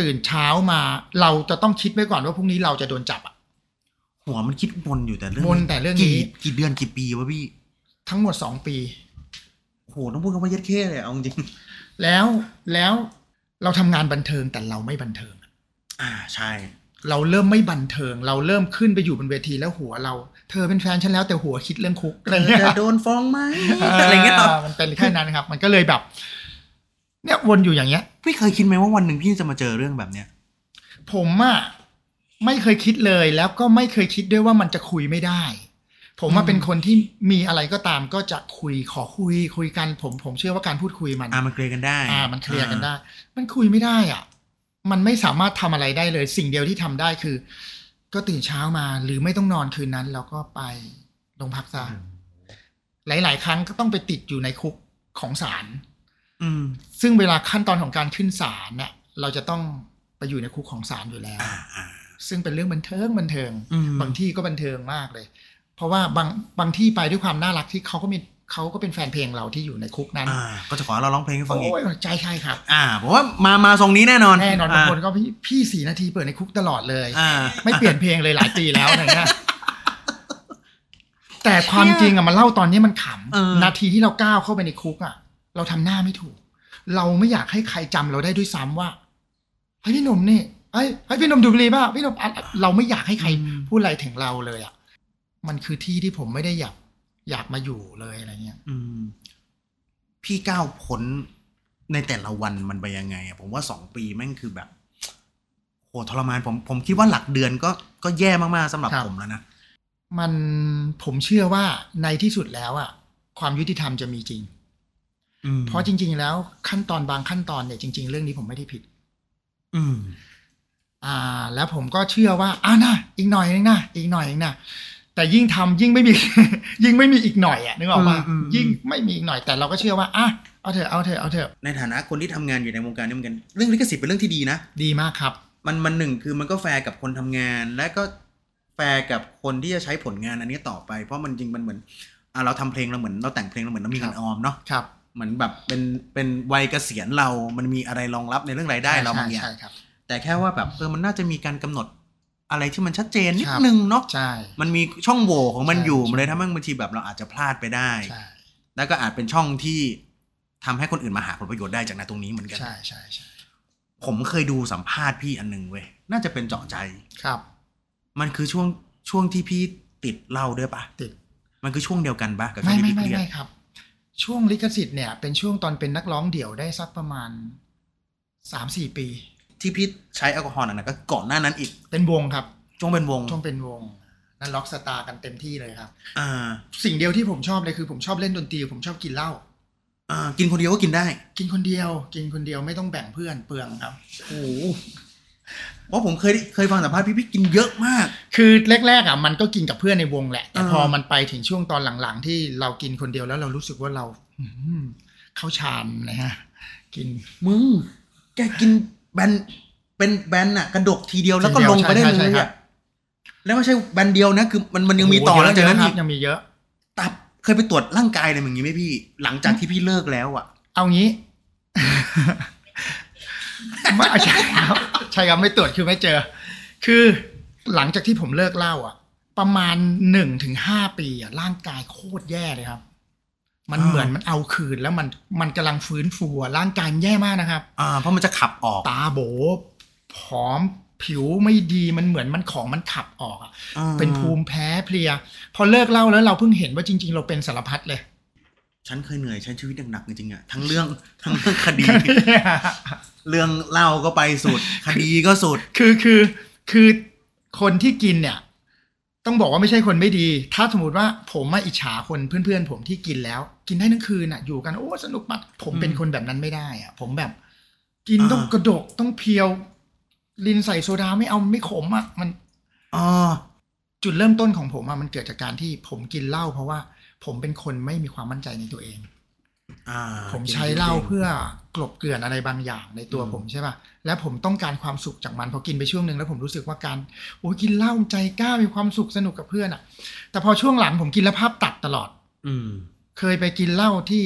[SPEAKER 1] ตื่นเช้ามา เราจะต้องคิดไว้ก่อนว่าพรุ่งนี้เราจะโดนจับอะ
[SPEAKER 3] หัวมันคิดวนอยู่แต่เรื่อง
[SPEAKER 1] วนแต่เรื่องนี้
[SPEAKER 3] กี่กี่เดือนกี่ปีวะพี่
[SPEAKER 1] ทั้งหมดสองปี
[SPEAKER 3] โหต้องพูดคำว่าเย็ดเข้เลยอะเอาจริง
[SPEAKER 1] แล้วแล้วเราทำงานบันเทิงแต่เราไม่บันเทิง
[SPEAKER 3] ๆอ่าใช่
[SPEAKER 1] เราเริ่มไม่บันเทิง เราเริ่มขึ้นไปอยู่บนเวทีแล้วหัวเรา เธอเป็นแฟนฉันแล้วแต่หัวคิดเรื่องคุกอะไรเงี้ย
[SPEAKER 3] จะโดนฟ้องไหมอะไรเงี้ยเหรอ
[SPEAKER 1] มันเป็นแค่นั้นครับ มันก็เลยแบบ เนี่ยวนอยู่อย่างเงี้ย
[SPEAKER 3] พี่เคยคิดไหมว่าวันหนึ่งพี่จะมาเจอเรื่องแบบเนี้ย
[SPEAKER 1] ผมอะไม่เคยคิดเลยแล้วก็ไม่เคยคิดด้วยว่ามันจะคุยไม่ได้ ผมว่าเป็นคนที่มีอะไรก็ตามก็จะคุยขอคุยคุยกัน ผมผมเชื่อว่าการพูดคุยมัน
[SPEAKER 3] อ่ามันเคลียร์กันได้
[SPEAKER 1] อ่ามันเคลียร์กันได้ มันคุยไม่ได้อ่ะ มันไม่สามารถทำอะไรได้เลย สิ่งเดียวที่ทำได้คือ ก็ตื่นเช้ามาหรือไม่ต้องนอนคืนนั้น แล้วก็ไปโรงพักซะหลาย ๆ ครั้งก็ต้องไปติดอยู่ในคุกของศาล
[SPEAKER 3] อืม
[SPEAKER 1] ซึ่งเวลาขั้นตอนของการขึ้นศาลน่ะ เราจะต้องไปอยู่ในคุกของศาลอยู่แล้ว
[SPEAKER 3] อ่าอ่า
[SPEAKER 1] ซึ่งเป็นเรื่องบันเทิงบันเทิง
[SPEAKER 3] อืม
[SPEAKER 1] บางที่ก็บันเทิงมากเลย เพราะว่าบางบางที่ไปด้วยความน่ารักที่เขาก็มีเขาก็เป็นแฟนเพลงเราที่อยู่ในคุกนั้น
[SPEAKER 3] อ่าก็จะขอเราร้องเพลงให้ฟังอีก
[SPEAKER 1] โอ้ยใจใช่ครับ
[SPEAKER 3] อ่าผมว่ามามาทรงนี้แน่นอน
[SPEAKER 1] แน่นอนบางคน
[SPEAKER 3] อ่
[SPEAKER 1] ก็พี่พี่สี่นาทีเปิดในคุกตลอดเลย
[SPEAKER 3] อ่า
[SPEAKER 1] ไม่เปลี่ยนเพลงเลยหลายปีแล้วอะไรเงี้ยแต่ความจริงอะมันเล่าตอนนี้มันข
[SPEAKER 3] เออ
[SPEAKER 1] ำนาทีที่เราก้าวเข้าไปในคุกอะเราทำหน้าไม่ถูก เราไม่อยากให้ใครจำเราได้ด้วยซ้ำว่าเฮ้ยพี่หนุ่มนี่เฮ้ยเฮ้ยพี่หนุ่มดูดบุหรีป่ะพี่หนุ่มอะเราไม่อยากให้ใครพูดอะไรถึงเราเลยอะมันคือที่ที่ผมไม่ได้อยากอยากมาอยู่เลยอะไรเงี้ย
[SPEAKER 3] อืม พี่ก้าวพ้นในแต่ละวันมันไปยังไงอะผมว่าสองปีแม่งคือแบบโหทรมานผมผมคิดว่าหลักเดือนก็ก็แย่มากๆสำหรับ
[SPEAKER 1] ครับ
[SPEAKER 3] ผมแล้วนะ
[SPEAKER 1] มันผมเชื่อว่าในที่สุดแล้วอะความยุติธรรมจะมีจริง
[SPEAKER 3] อืม
[SPEAKER 1] เพราะจริง ๆ แล้วขั้นตอนบางขั้นตอนเนี่ยจริง ๆ เรื่องนี้ผมไม่ได้ผิด
[SPEAKER 3] อืม
[SPEAKER 1] อ่า แล้วผมก็เชื่อว่าอ่านะอีกหน่อยนึงนะอีกหน่อยนึงนะแต่ยิ่งทำยิ่งไม่มี <laughs> ยิ่งไม่มีอีกหน่อยอ่ะนึกออกปะ
[SPEAKER 3] อืมอืม
[SPEAKER 1] ยิ่งไม่มีอีกหน่อยแต่เราก็เชื่อว่าอ่ะเอาเถอะเอาเถอะเอาเถอะ
[SPEAKER 3] ในฐานะคนที่ทำงานอยู่ในวงการนี้เหมือนกัน เรื่องลิขสิทธิ์เป็นเรื่องที่ดีนะ
[SPEAKER 1] ดีมากครับ
[SPEAKER 3] มันมันหนึ่งคือมันก็แฟร์กับคนทำงาน และก็แฟร์กับคนที่จะใช้ผลงานอันนี้ต่อไป เพราะมันจริงมันเหมือนอ่ะเราทำเพลงเราเหมือนเราแต่งเพลงเราเหมือนเรามีเงิ
[SPEAKER 1] ค
[SPEAKER 3] น
[SPEAKER 1] รับ
[SPEAKER 3] ออมเนาะ
[SPEAKER 1] ครับ
[SPEAKER 3] เหมือนแบบเป็นเป็นวัยเกษียณเรา มันมีอะไรรองรับในเรื่องรายได้เราบางอย่าง
[SPEAKER 1] ใช่ใช่ครับ
[SPEAKER 3] แต่แค่ว่าแบบเออมันน่าจะมีการกำหนดอะไรที่มันชัดเจนนิด
[SPEAKER 1] ครับ
[SPEAKER 3] นึงเนาะ
[SPEAKER 1] ใช่
[SPEAKER 3] มันมีช่องโหว่ของมันอยู่มันเลยทำให้บางทีแบบเราอาจจะพลาดไปได้
[SPEAKER 1] ใช่
[SPEAKER 3] แล้วก็อาจเป็นช่องที่ทำให้คนอื่นมาหาผลประโยชน์ได้จากในตรงนี้เหมือนกัน
[SPEAKER 1] ใช่ใช่ใช่
[SPEAKER 3] ผมเคยดูสัมภาษณ์พี่อันหนึ่งเว้ยน่าจะเป็นเจาะใจ
[SPEAKER 1] ครับ
[SPEAKER 3] มันคือช่วงช่วงที่พี่ติดเหล้าด้วยปะ
[SPEAKER 1] ติด
[SPEAKER 3] มันคือช่วงเดียวกันปะกับช่ว
[SPEAKER 1] ไม่
[SPEAKER 3] งที่
[SPEAKER 1] ไม่
[SPEAKER 3] พี่
[SPEAKER 1] ไม่
[SPEAKER 3] เครียด
[SPEAKER 1] ไม่ครับ ช่วงลิขสิทธิ์เนี่ยเป็นช่วงตอนเป็นนักร้องเดี่ยวได้สักประมาณสามสี่ปี
[SPEAKER 3] ที่พี่ใช้แอลกอฮอล์หนักๆก็ก่อนหน้านั้นอีก
[SPEAKER 1] เป็นวงครับ
[SPEAKER 3] ช่วงเป็นวง
[SPEAKER 1] ช่วงเป็นวงนั่นล็อกสตาร์กันเต็มที่เลยครับ
[SPEAKER 3] อ่า
[SPEAKER 1] สิ่งเดียวที่ผมชอบเลยคือผมชอบเล่นดนตรีผมชอบกินเหล้า
[SPEAKER 3] อ่ากินคนเดียวก็กินได้
[SPEAKER 1] กินคนเดียว กินคนเดียวไม่ต้องแบ่งเพื่อนเปลืองครับ
[SPEAKER 3] โอ้โหเพราะผมเคยได้เคยฟังสัมภาษณ์พี่พี่กินเยอะมาก
[SPEAKER 1] คือแรกๆอ่ะมันก็กินกับเพื่อนในวงแหละ แต่
[SPEAKER 3] อ่า
[SPEAKER 1] พอมันไปถึงช่วงตอนหลังๆ ที่เรากินคนเดียวแล้วเรารู้สึกว่าเราอื้อหือเข้าชานนะฮะกิน
[SPEAKER 3] มึง แกกินแบนเป็นแบนอะกระดกทีเดียวแล้วก็
[SPEAKER 1] ทีเดียว
[SPEAKER 3] ลงไปได้
[SPEAKER 1] ใช่
[SPEAKER 3] เล
[SPEAKER 1] ใช่
[SPEAKER 3] ย
[SPEAKER 1] ใช่ครั
[SPEAKER 3] อะ
[SPEAKER 1] บ
[SPEAKER 3] แล้วไม่ใช่แบนเดียวนะ คือมันมันยังมีต่อ
[SPEAKER 1] โโห
[SPEAKER 3] หลังจากนั้น
[SPEAKER 1] เยอะครั
[SPEAKER 3] อี
[SPEAKER 1] บ
[SPEAKER 3] ก
[SPEAKER 1] ยังมีเยอะ
[SPEAKER 3] ตับเคยไปตรวจร่างกายอะไรอย่างงี้ไหมพี่ หลังจากที่พี่เลิกแล้วอะ
[SPEAKER 1] เอางี้ <laughs> ไม่ใช่ครับใช่ครับไม่ตรวจคือไม่เจอ คือหลังจากที่ผมเลิกเหล้าอ่ะ ประมาณหนึ่งถึงห้าปีอ่ะร่างกายโคตรแย่เลยครับ มันเหมือนมันเอาคืนแล้วมันมันกำลังฟื้นฟูอะร่างกายมันแย่มากนะครับ
[SPEAKER 3] อ่า เพราะมันจะขับออก
[SPEAKER 1] ตาโบผอมผิวไม่ดีมันเหมือนมันของมันขับออกอะ
[SPEAKER 3] อ่า
[SPEAKER 1] เป็นภูมิแพ้เพลีย พอเลิกเหล้าแล้วเราเพิ่งเห็นว่าจริง ๆ เราเป็นสารพัดเลย
[SPEAKER 3] ฉันเคยเหนื่อยใช้ชีวิตหนักๆจริงๆอะทั้งเรื่องทั้งเรื่องค
[SPEAKER 1] <laughs>
[SPEAKER 3] ดี เรื่องเหล้าก็ไปสุด คดีก็สุด
[SPEAKER 1] คือคือคือคนที่กินเนี่ย ต้องบอกว่าไม่ใช่คนไม่ดี ถ้าสมมติว่าผมมาอิจฉาคนเพื่อนๆ ผมที่กินแล้ว กินได้ทั้งคืนอ่ะ อยู่กันโอ้สนุกมากผมเป็นคนแบบนั้นไม่ได้อ่ะ ผมแบบ กิน
[SPEAKER 3] อ่า
[SPEAKER 1] ต้องกระดกต้องเพียว ลินใส่โซดาไม่เอาไม่ขมอ่ะมัน
[SPEAKER 3] อ๋อ
[SPEAKER 1] จุดเริ่มต้นของผมอ่ะมันเกิดจากการที่ผมกินเหล้าเพราะว่าผมเป็นคนไม่มีความมั่นใจในตัวเอง
[SPEAKER 3] อ่า
[SPEAKER 1] ผมใช้เหล้าเพื่อกลบเกลื่อนอะไรบางอย่างในตัวผมใช่ป่ะ และผมต้องการความสุขจากมันพอกินไปช่วงหนึ่งแล้วผมรู้สึกว่าการโอ้ยกินเหล้าใจกล้ามีความสุขสนุกกับเพื่อนอ่ะ แต่พอช่วงหลังผมกินแล้วภาพตัดตลอด
[SPEAKER 3] อืม
[SPEAKER 1] เคยไปกินเหล้าที่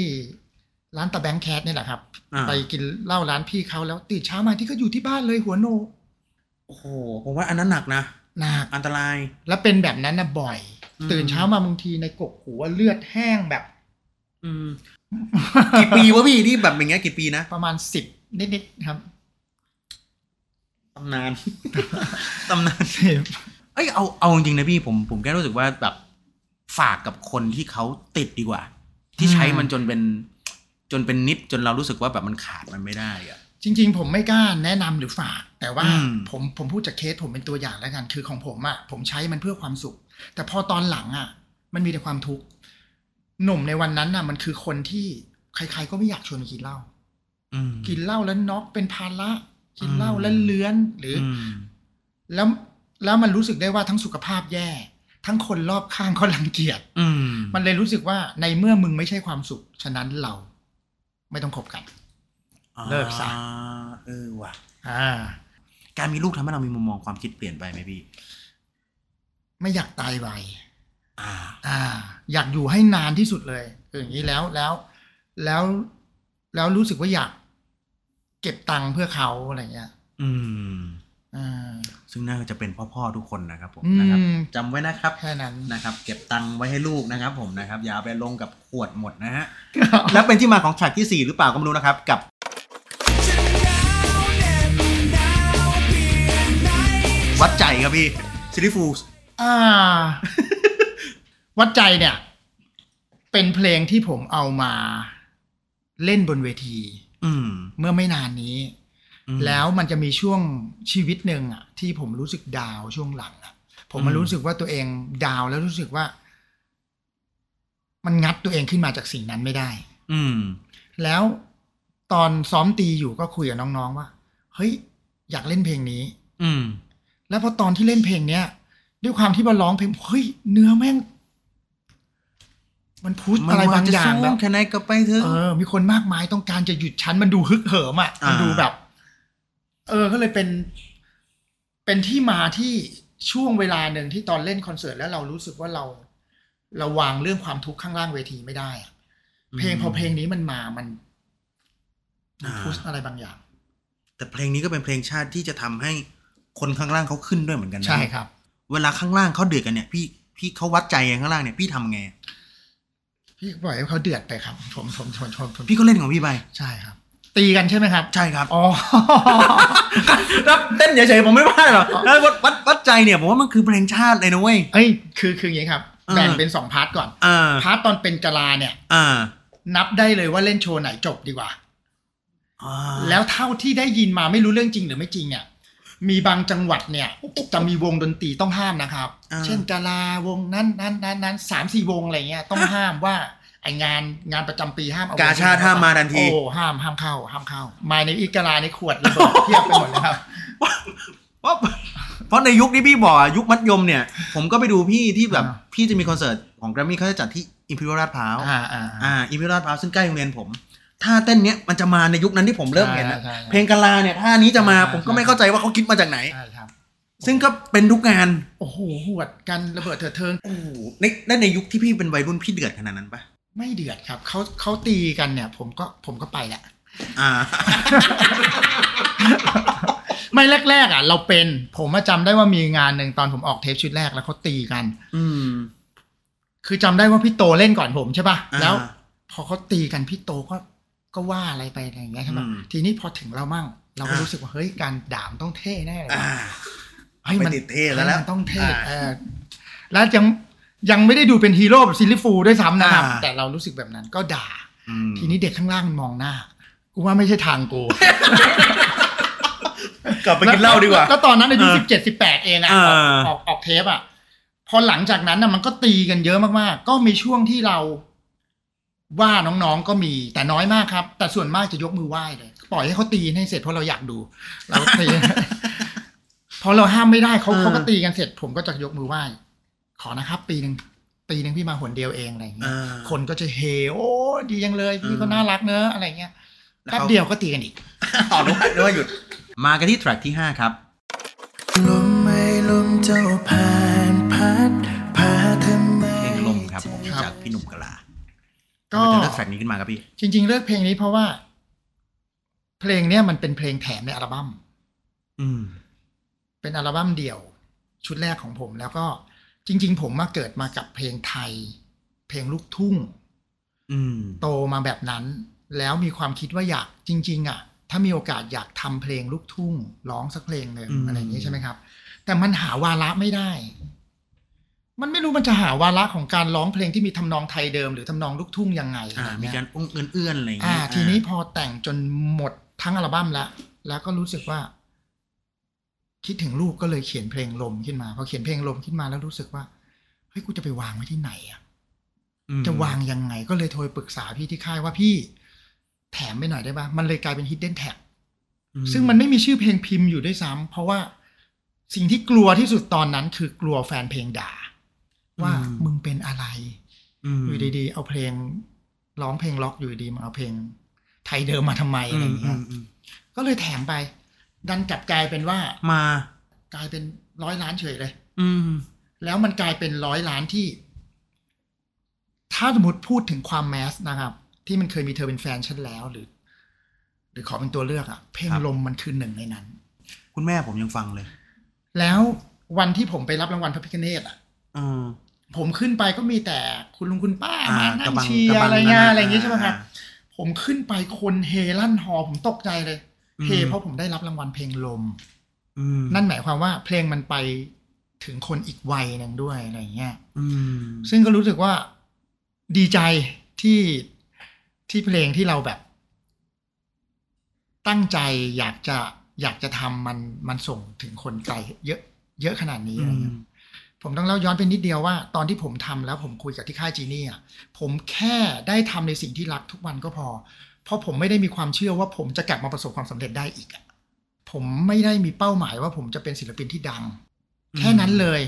[SPEAKER 1] ร้านตะแบงแคทนี่แหละครับ
[SPEAKER 3] อ่า
[SPEAKER 1] ไปกินเหล้าร้านพี่เขาแล้วตื่นเช้ามาที่ก็อยู่ที่บ้านเลยหัวโน
[SPEAKER 3] โอ้โหผมว่าอันนั้นหนักนะ
[SPEAKER 1] หนัก
[SPEAKER 3] อันตราย
[SPEAKER 1] แล้วเป็นแบบนั้นนะบ่อย
[SPEAKER 3] อืม
[SPEAKER 1] ตื่นเช้ามาบางทีในกกหูว่าเลือดแห้งแบบ
[SPEAKER 3] อืม กี่ปีวะพี่ที่แบบอย่างเงี้ยกี่ปีนะ
[SPEAKER 1] ประมาณสิบนิดๆครับ
[SPEAKER 3] ตำนาน <laughs> ตำนาน
[SPEAKER 1] สิบ
[SPEAKER 3] เอ้ยเอาเอาจริงๆนะพี่ผมผมแค่รู้สึกว่าแบบฝากกับคนที่เขาติดดีกว่า ที่ใช้มันจนเป็น จนเป็นนิดจนเรารู้สึกว่าแบบมันขาดมันไม่ได้อะ
[SPEAKER 1] จริงๆ ผมไม่กล้าแนะนำหรือฝาก แต่ว่า
[SPEAKER 3] อืม
[SPEAKER 1] ผมผมพูดจากเคสผมเป็นตัวอย่างแล้วกัน คือของผมอะ่ะ ผมใช้มันเพื่อความสุข แต่พอตอนหลังอะ่ะ มันมีแต่ความทุกข์หนุ่มในวันนั้นน่ะ มันคือคนที่ใครๆก็ไม่อยากชวนกินเหล้า
[SPEAKER 3] อืม
[SPEAKER 1] กินเหล้าแล้วน็อกเป็นภาระกินเหล้า
[SPEAKER 3] อืม
[SPEAKER 1] แล้วเลื้อนหรือ
[SPEAKER 3] อืม
[SPEAKER 1] แล้วแล้วมันรู้สึกได้ว่าทั้งสุขภาพแย่ ทั้งคนรอบข้างก็รังเกียจ
[SPEAKER 3] อืม
[SPEAKER 1] มันเลยรู้สึกว่าในเมื่อมึงไม่ใช่ความสุข ฉะนั้นเรา ไม่ต้องคบกัน เลิกซะ
[SPEAKER 3] อ่าเออว่ะ
[SPEAKER 1] อ่า
[SPEAKER 3] การมีลูกทำให้เรามีมุมมองความคิดเปลี่ยนไปไหมพี่
[SPEAKER 1] ไม่อยากตายไป
[SPEAKER 3] อ่า
[SPEAKER 1] อ่า อยากอยู่ให้นานที่สุดเลยคืออย่างนี้แล้วแล้วแล้วแล้วรู้สึกว่าอยาก เก็บตังค์เพื่อเขาอะไรเงี้ย
[SPEAKER 3] อืม
[SPEAKER 1] อ่า
[SPEAKER 3] ซึ่งน่าจะเป็นพ่อๆทุกคนนะครับผม
[SPEAKER 1] อืม
[SPEAKER 3] นะครับจำไว้นะครับ
[SPEAKER 1] แค่นั้น
[SPEAKER 3] นะครับ เก็บตังค์ไว้ให้ลูกนะครับ ผมนะครับ อย่าไปลงกับขวดหมดนะฮะ แล้วเป็นที่มาของฉากที่ 4 หรือเปล่าก็ไม่รู้นะครับ กับ วัดใจครับพี่ซิลิฟูส
[SPEAKER 1] อ่า วัดใจเนี่ย เป็นเพลงที่ผมเอามาเล่นบนเวที
[SPEAKER 3] อืม
[SPEAKER 1] เมื่อไม่นานนี้
[SPEAKER 3] อืม
[SPEAKER 1] แล้วมันจะมีช่วงชีวิตหนึ่งอะที่ผมรู้สึกดาวน์ช่วงหลังอะผมมั
[SPEAKER 3] อื
[SPEAKER 1] น
[SPEAKER 3] ม
[SPEAKER 1] รู้สึกว่าตัวเองดาวน์แล้วรู้สึกว่า มันงัดตัวเองขึ้นมาจากสิ่งนั้นไม่ได้
[SPEAKER 3] อืม
[SPEAKER 1] แล้วตอนซ้อมตีอยู่ก็คุยกับน้องๆว่า เฮ้ย อยากเล่นเพลงนี้
[SPEAKER 3] อืม
[SPEAKER 1] แล้วพอตอนที่เล่นเพลงเนี้ย ด้วยความที่มาร้องเพลงเฮ้ยเนื้อแม่ง มันพุช
[SPEAKER 3] มัน
[SPEAKER 1] อะไร
[SPEAKER 3] ว่
[SPEAKER 1] บางอย่าง
[SPEAKER 3] จะ
[SPEAKER 1] แบ
[SPEAKER 3] สู้
[SPEAKER 1] บ
[SPEAKER 3] ทนายก็ไปเถอะ
[SPEAKER 1] เออ มีคนมากมายต้องการจะหยุดฉัน มันดูฮึกเหิมอ่ะ มัน
[SPEAKER 3] อ่า
[SPEAKER 1] ดูแบบ เออ ก็เลยเป็น เป็นที่มาที่ช่วงเวลาหนึ่งที่ตอนเล่นคอนเสิร์ตแล้วเรารู้สึกว่าเรา เราวางเรื่องความทุกข์ข้างล่างเวทีไม่ได้อะเพลงพอเพลงนี้มันมา มันมันพุชอะไรบางอย่าง
[SPEAKER 3] แต่เพลงนี้ก็เป็นเพลงชาติที่จะทำให้คนข้างล่างเขาขึ้นด้วยเหมือนกันนะ
[SPEAKER 1] ใช่ครับ
[SPEAKER 3] เวลาข้างล่างเขาเดือดกันเนี่ย พี่พี่เขาวัดใจกันข้างล่างเนี่ยพี่ทำไงอะ
[SPEAKER 1] พี่ปล่อยให้เขาเดือดไปครับ ผมผมผมผมผม
[SPEAKER 3] พี่ก็เล่นของพี่ไป
[SPEAKER 1] ใช่ครับ ตีกันใช่ไหมครับ
[SPEAKER 3] ใช่ครับ
[SPEAKER 1] อ๋อ <laughs>
[SPEAKER 3] แล้วเต้นเฉยๆผมไม่ว่าหรอกแล้ววัดวัดวัดใจเนี่ยผมว่ามันคือเพลงชาติเลยนะเว้ย
[SPEAKER 1] เอ้ย คือคืออย่างนี้ครับ
[SPEAKER 3] อ่า
[SPEAKER 1] แบ่งเป็นสองพาร์ทก่อน
[SPEAKER 3] อ่า
[SPEAKER 1] พาร์ทตอนเป็นกะลาเนี่ย
[SPEAKER 3] อ่า
[SPEAKER 1] นับได้เลยว่าเล่นโชว์ไหนจบดีกว่า
[SPEAKER 3] อ่า
[SPEAKER 1] แล้วเท่าที่ได้ยินมาไม่รู้เรื่องจริงหรือไม่จริงเนี่ยมีบางจังหวัดเนี่ยจะมีวงดนตรีต้องห้ามนะครับ
[SPEAKER 3] า
[SPEAKER 1] เช่นกาลาวงนั้นนั้นนั้นนั้นสามสี่วงอะไรเงี้ยต้องห้ามว่าไองานงานประจำปีห้ามเอวง
[SPEAKER 3] กาชาติห้ามมาทันที
[SPEAKER 1] โอ้ห้ามห้ามเข้า ห้ามเข้า มาในอีกกาลาในขวดระเบิดเทียบไปหมดเลยครับ
[SPEAKER 3] เพราะเพราะในยุคที่พี่บอกอะยุคมัธยมเนี่ย ผมก็ไปดูพี่ที่แบบ
[SPEAKER 1] อ่า
[SPEAKER 3] พี่จะมีคอนเสิร์ตของแกรมมี่เขาจะจัดที่อิมพีเรียลลาดพร้าว
[SPEAKER 1] อ่าอ่าอ่า
[SPEAKER 3] อ่าอิมพิราพาวซึ่งใกล้โรงเรียนผม ท่าเต้นเนี้ยมันจะมาในยุคนั้นที่ผมเริ่มเห็นนะ
[SPEAKER 1] ใช่ใช่ใช่
[SPEAKER 3] เพลงกะลาเนี่ยท่านี้จะมา
[SPEAKER 1] ใช่ใช่
[SPEAKER 3] ผมก็ไม่เข้าใจว่าเขาคิดมาจากไหน
[SPEAKER 1] ใช่ครับ
[SPEAKER 3] ซึ่งก็เป็นทุกงาน
[SPEAKER 1] โอ้โหหวดกันระเบิดเถิดเทิง
[SPEAKER 3] โอ้โหในในในยุคที่พี่เป็นวัยรุ่นพี่เดือดขนาดนั้นปะ
[SPEAKER 1] ไม่เดือดครับเขาเขาตีกันเนี่ย ผมก็ผมก็ไปแหละ
[SPEAKER 3] อ่า
[SPEAKER 1] ไม่แรกๆอ่ะ เราเป็นผมอะจำได้ว่ามีงานหนึ่งตอนผมออกเทปชุดแรกแล้วเขาตีกัน
[SPEAKER 3] อืม
[SPEAKER 1] คือจำได้ว่าพี่โตเล่นก่อนผมใช่ป่ะ
[SPEAKER 3] อ่า
[SPEAKER 1] แล้ว พอเขาตีกันพี่โตก็ก็ว่าอะไรไปอะไรอย่างเงี้ยใช่ป่ะ
[SPEAKER 3] อืม
[SPEAKER 1] ทีนี้พอถึงเรามั่ง เราก็
[SPEAKER 3] อ่ารู้
[SPEAKER 1] รู้สึกว่าเฮ้ยการด่ามนต้องเท่แน่เลย
[SPEAKER 3] อ่า
[SPEAKER 1] ว่ะ
[SPEAKER 3] เอาไปติดเท่แล้ว
[SPEAKER 1] ฮ้ย
[SPEAKER 3] นะ
[SPEAKER 1] มันต้องเท่
[SPEAKER 3] อ่า
[SPEAKER 1] เออแล้วยังยังไม่ได้ดูเป็นฮีโร่แบบซิลลิฟูลด้วยซ้ำนะครับ
[SPEAKER 3] อ่า
[SPEAKER 1] แต่เรารู้สึกแบบนั้นก็ด่า
[SPEAKER 3] อืม
[SPEAKER 1] ทีนี้เด็กข้างล่างมันมองหน้ากูว่าไม่ใช่ทางกู
[SPEAKER 3] กลับไปกินเหล้าดีกว่า
[SPEAKER 1] แล้แล้ตอนนั้นอายุ
[SPEAKER 3] เออ
[SPEAKER 1] สิบเจ็ดสิบแปดเองอะ
[SPEAKER 3] เอ
[SPEAKER 1] ออก
[SPEAKER 3] อ
[SPEAKER 1] ออกออกเทปอะพอหลังจากนั้นน่ะมันก็ตีกันเยอะมากๆ ก็มีช่วงที่เราว่าน้องๆก็มีแต่น้อยมากครับ แต่ส่วนมากจะยกมือไหว้เลย ปล่อยให้เขาตีให้เสร็จเพราะเราอยากดูเราก็ตี <laughs> พอเราห้ามไม่ได้เขาเขาก็ตีกันเสร็จ ผมก็จะยกมือไหว้ ขอนะครับ ปีหนึ่งปีหนึ่งพี่มาหนเดียวเองอะไรอย่างเงี้ย
[SPEAKER 3] อ่า
[SPEAKER 1] คนก็จะเฮโอ้ดียังเลย พี่ก็
[SPEAKER 3] อืม
[SPEAKER 1] น่ารักเนอะอะไรเงี้ย
[SPEAKER 3] แล้ว
[SPEAKER 1] แป๊บ
[SPEAKER 3] เขา
[SPEAKER 1] เดียวก็ตีกันอีก
[SPEAKER 3] ต่อรู้ว่ารู้ว่าหยุด มากันที่แทร็กที่ 5 ครับ
[SPEAKER 5] ลมไม่ลมเจ้าผ่านพัดพาเธอมา
[SPEAKER 3] เพลงลมครับผม
[SPEAKER 1] ครับ
[SPEAKER 3] จากพี่หนุ่มกะลา
[SPEAKER 1] ก็
[SPEAKER 3] ทำไมถึงเลือกแทร็กนี้ขึ้นมาครับพี่
[SPEAKER 1] จริงๆ เลือกเพลงนี้เพราะว่า เพลงเนี่ยมันเป็นเพลงแถมในอัลบั้ม
[SPEAKER 3] อืม
[SPEAKER 1] เป็นอัลบั้มเดี่ยว ชุดแรกของผม แล้วก็จริง ๆ ผมมาเกิดมากับเพลงไทย เพลงลูกทุ่ง
[SPEAKER 3] อืม
[SPEAKER 1] โตมาแบบนั้น แล้วมีความคิดว่าอยากจริง ๆ อ่ะ ถ้ามีโอกาสอยากทำเพลงลูกทุ่งร้องสักเพลงหนึ่ง
[SPEAKER 3] อืม
[SPEAKER 1] อะไรอย่างนี้ใช่ไหมครับ แต่มันหาวาระไม่ได้ มันไม่รู้มันจะหาวาระของการร้องเพลงที่มีทำนองไทยเดิม หรือทำนองลูกทุ่งยังไง
[SPEAKER 3] อ่า
[SPEAKER 1] อะไรเงี้ย
[SPEAKER 3] มีการอุ้งเอื้อนเอื้อนๆอะไรอย่าง
[SPEAKER 1] อ่า
[SPEAKER 3] เงี้ย
[SPEAKER 1] ทีนี้พอแต่งจนหมดทั้งอัลบั้มแล้ว แล้วก็รู้สึกว่า คิดถึงลูกก็เลยเขียนเพลงลมขึ้นมาพอเขียนเพลงลมขึ้นมาแล้วรู้สึกว่าเฮ้ยกูจะไปวางไว้ที่ไหนอ่ะ
[SPEAKER 3] อืม
[SPEAKER 1] จะวางยังไงก็เลยโทรปรึกษาพี่ที่ค่ายว่าพี่แถมไปหน่อยได้ป่ะมันเลยกลายเป็น hidden tag
[SPEAKER 3] อื
[SPEAKER 1] ซึ่งมันไม่มีชื่อเพลงพิมพ์อยู่ด้วยซ้ำเพราะว่าสิ่งที่กลัวที่สุดตอนนั้น คือกลัวแฟนเพลงด่า ว่า
[SPEAKER 3] อืม
[SPEAKER 1] มึงเป็นอะไร
[SPEAKER 3] อืม
[SPEAKER 1] อยู่ดีๆ เอาเพลงร้องเพลงล็อกอยู่ดีๆมาเอาเพลงไทยเดิมมาทำไมอะไรอย่างเงี้ย ก็เลยแถมไป ดันกลับกลายเป็นว่า
[SPEAKER 3] มา
[SPEAKER 1] กลายเป็นร้อยล้านเฉยเลย
[SPEAKER 3] อืม
[SPEAKER 1] แล้วมันกลายเป็นร้อยล้านที่ ถ้าสมมติพูดถึงความแมสนะครับ ที่มันเคยมีเธอเป็นแฟนฉันแล้วหรือ หรือขอเป็นตัวเลือกอะเพลง
[SPEAKER 3] ครับ
[SPEAKER 1] ลมมันคือหนึ่งในนั้น
[SPEAKER 3] คุณแม่ผมยังฟังเลย
[SPEAKER 1] แล้ววันที่ผมไปรับรางวัลพระพิฆเนศอะ
[SPEAKER 3] เออ
[SPEAKER 1] ผมขึ้นไปก็มีแต่คุณลุงคุณป้า
[SPEAKER 3] อ่า
[SPEAKER 1] มานั่
[SPEAKER 3] กระ
[SPEAKER 1] ง
[SPEAKER 3] บัง
[SPEAKER 1] เชีย
[SPEAKER 3] กระ
[SPEAKER 1] ร์อะ
[SPEAKER 3] บัง
[SPEAKER 1] ไรเงี้ย
[SPEAKER 3] นั่นน่ะ
[SPEAKER 1] อะไรอย่างงี้ใช่ไหมครับ
[SPEAKER 3] อ่า
[SPEAKER 1] ผมขึ้นไปคนเฮลั่นฮอผมตกใจเลย
[SPEAKER 3] อืม
[SPEAKER 1] เฮเพราะผมได้รับรางวัลเพลงลม
[SPEAKER 3] อืม
[SPEAKER 1] นั่นหมายความว่าเพลงมันไปถึงคนอีกวัยหนึ่งด้วยอะไรเงี้ย
[SPEAKER 3] อืม
[SPEAKER 1] ซึ่งก็รู้สึกว่าดีใจที่ที่เพลงที่เราแบบ ตั้งใจอยากจะอยากจะทำมันมันส่งถึงคนไกลเยอะ เยอะขนาดนี้
[SPEAKER 3] อื
[SPEAKER 1] อะไร
[SPEAKER 3] ม
[SPEAKER 1] เงี้ยผมต้องเล่าย้อนไปนิดเดียวว่า ตอนที่ผมทำแล้วผมคุยกับที่ค่ายจีนี่อ่ะผมแค่ได้ทำในสิ่งที่รักทุกวันก็พอ เพราะผมไม่ได้มีความเชื่อว่าผมจะกลับมาประสบความสำเร็จได้อีกอะผมไม่ได้มีเป้าหมายว่าผมจะเป็นศิลปินที่ดัง แค่นั้นเลย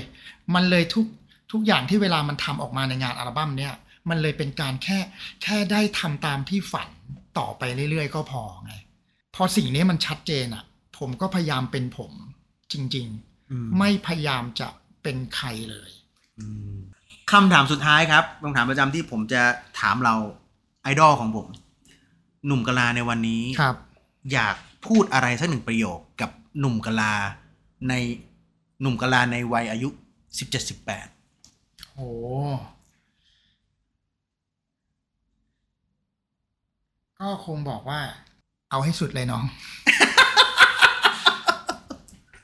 [SPEAKER 1] มันเลยทุกทุกอย่างที่เวลามันทำออกมาในงานอัลบั้มเนี่ย มันเลยเป็นการแค่แค่ได้ทำตามที่ฝันต่อไปเรื่อยๆ ก็พอไง พอสิ่งนี้มันชัดเจนอะ่ะ ผมก็พยายามเป็นผมจริง
[SPEAKER 3] อืม
[SPEAKER 1] ๆ ไม่พยายามจะเป็นใครเลย
[SPEAKER 3] คำถามสุดท้ายครับคำถามประจำที่ผมจะถามเราไอดอลของผม หนุ่มกะลาในวันนี้
[SPEAKER 1] ครับ
[SPEAKER 3] อยากพูดอะไรสักหนึ่งประโยคกับหนุ่มกะลาในหนุ่มกะลาในวัยอายุสิบเจ็ดสิบแปด
[SPEAKER 1] โอ้ก็คงบอกว่า เอาให้สุดเลยน้อง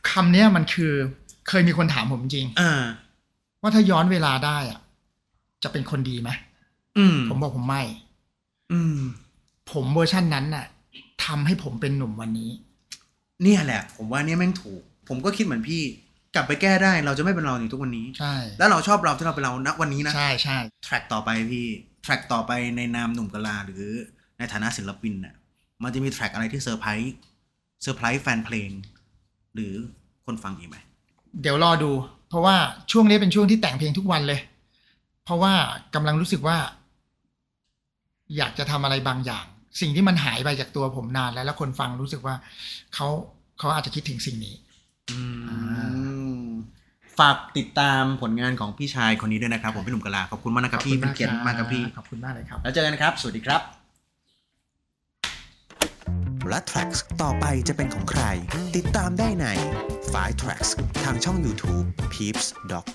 [SPEAKER 3] <laughs>
[SPEAKER 1] คำเนี้ยมันคือเคยมีคนถามผมจริง
[SPEAKER 3] เออ
[SPEAKER 1] ว่าถ้าย้อนเวลาได้อะจะเป็นคนดีไหม
[SPEAKER 3] อืม
[SPEAKER 1] ผมบอกผมไม่
[SPEAKER 3] อืม
[SPEAKER 1] ผมเวอร์ชั่นนั้นน่ะทำให้ผมเป็นหนุ่มวันนี้
[SPEAKER 3] เนี่ยแหละ ผมว่าเนี่ยแม่งถูก ผมก็คิดเหมือนพี่ กลับไปแก้ได้เราจะไม่เป็นเราอย่างทุกวันนี้
[SPEAKER 1] ใช่
[SPEAKER 3] แล้วเราชอบเราที่เราเป็นเราณวันนี้นะ
[SPEAKER 1] ใช่ใช่
[SPEAKER 3] แทร็กต่อไปพี่แทร็กต่อไปในนามหนุ่มกะลาหรือในฐานะศิลปินน่ะมันจะมีแทร็กอะไรที่เซอร์ไพรส์เซอร์ไพรส์แฟนเพลง หรือคนฟังอีกไหม
[SPEAKER 1] เดี๋ยวรอดู เพราะว่าช่วงนี้เป็นช่วงที่แต่งเพลงทุกวันเลย เพราะว่ากำลังรู้สึกว่า อยากจะทำอะไรบางอย่าง สิ่งที่มันหายไปจากตัวผมนานแล้วแล้วคนฟังรู้สึกว่าเขาเขาอาจจะคิดถึงสิ่งนี้
[SPEAKER 3] ฝากติดตามผลงานของพี่ชายคนนี้ด้วยนะครับ ผมพี่หนุ่มกะลาขอบคุณมากนะครับ
[SPEAKER 1] ขอ
[SPEAKER 3] พี่
[SPEAKER 1] บคุณมาก
[SPEAKER 3] เป็นเกียรติมากครับพี่
[SPEAKER 1] ขอบคุณมากเลยครับ
[SPEAKER 3] แล้วเจอกันครับสวัสดีครับ
[SPEAKER 4] และ Tracks ต่อไปจะเป็นของใคร ติดตามได้ใน f i Tracks ทางช่อง YouTube Peeps Doc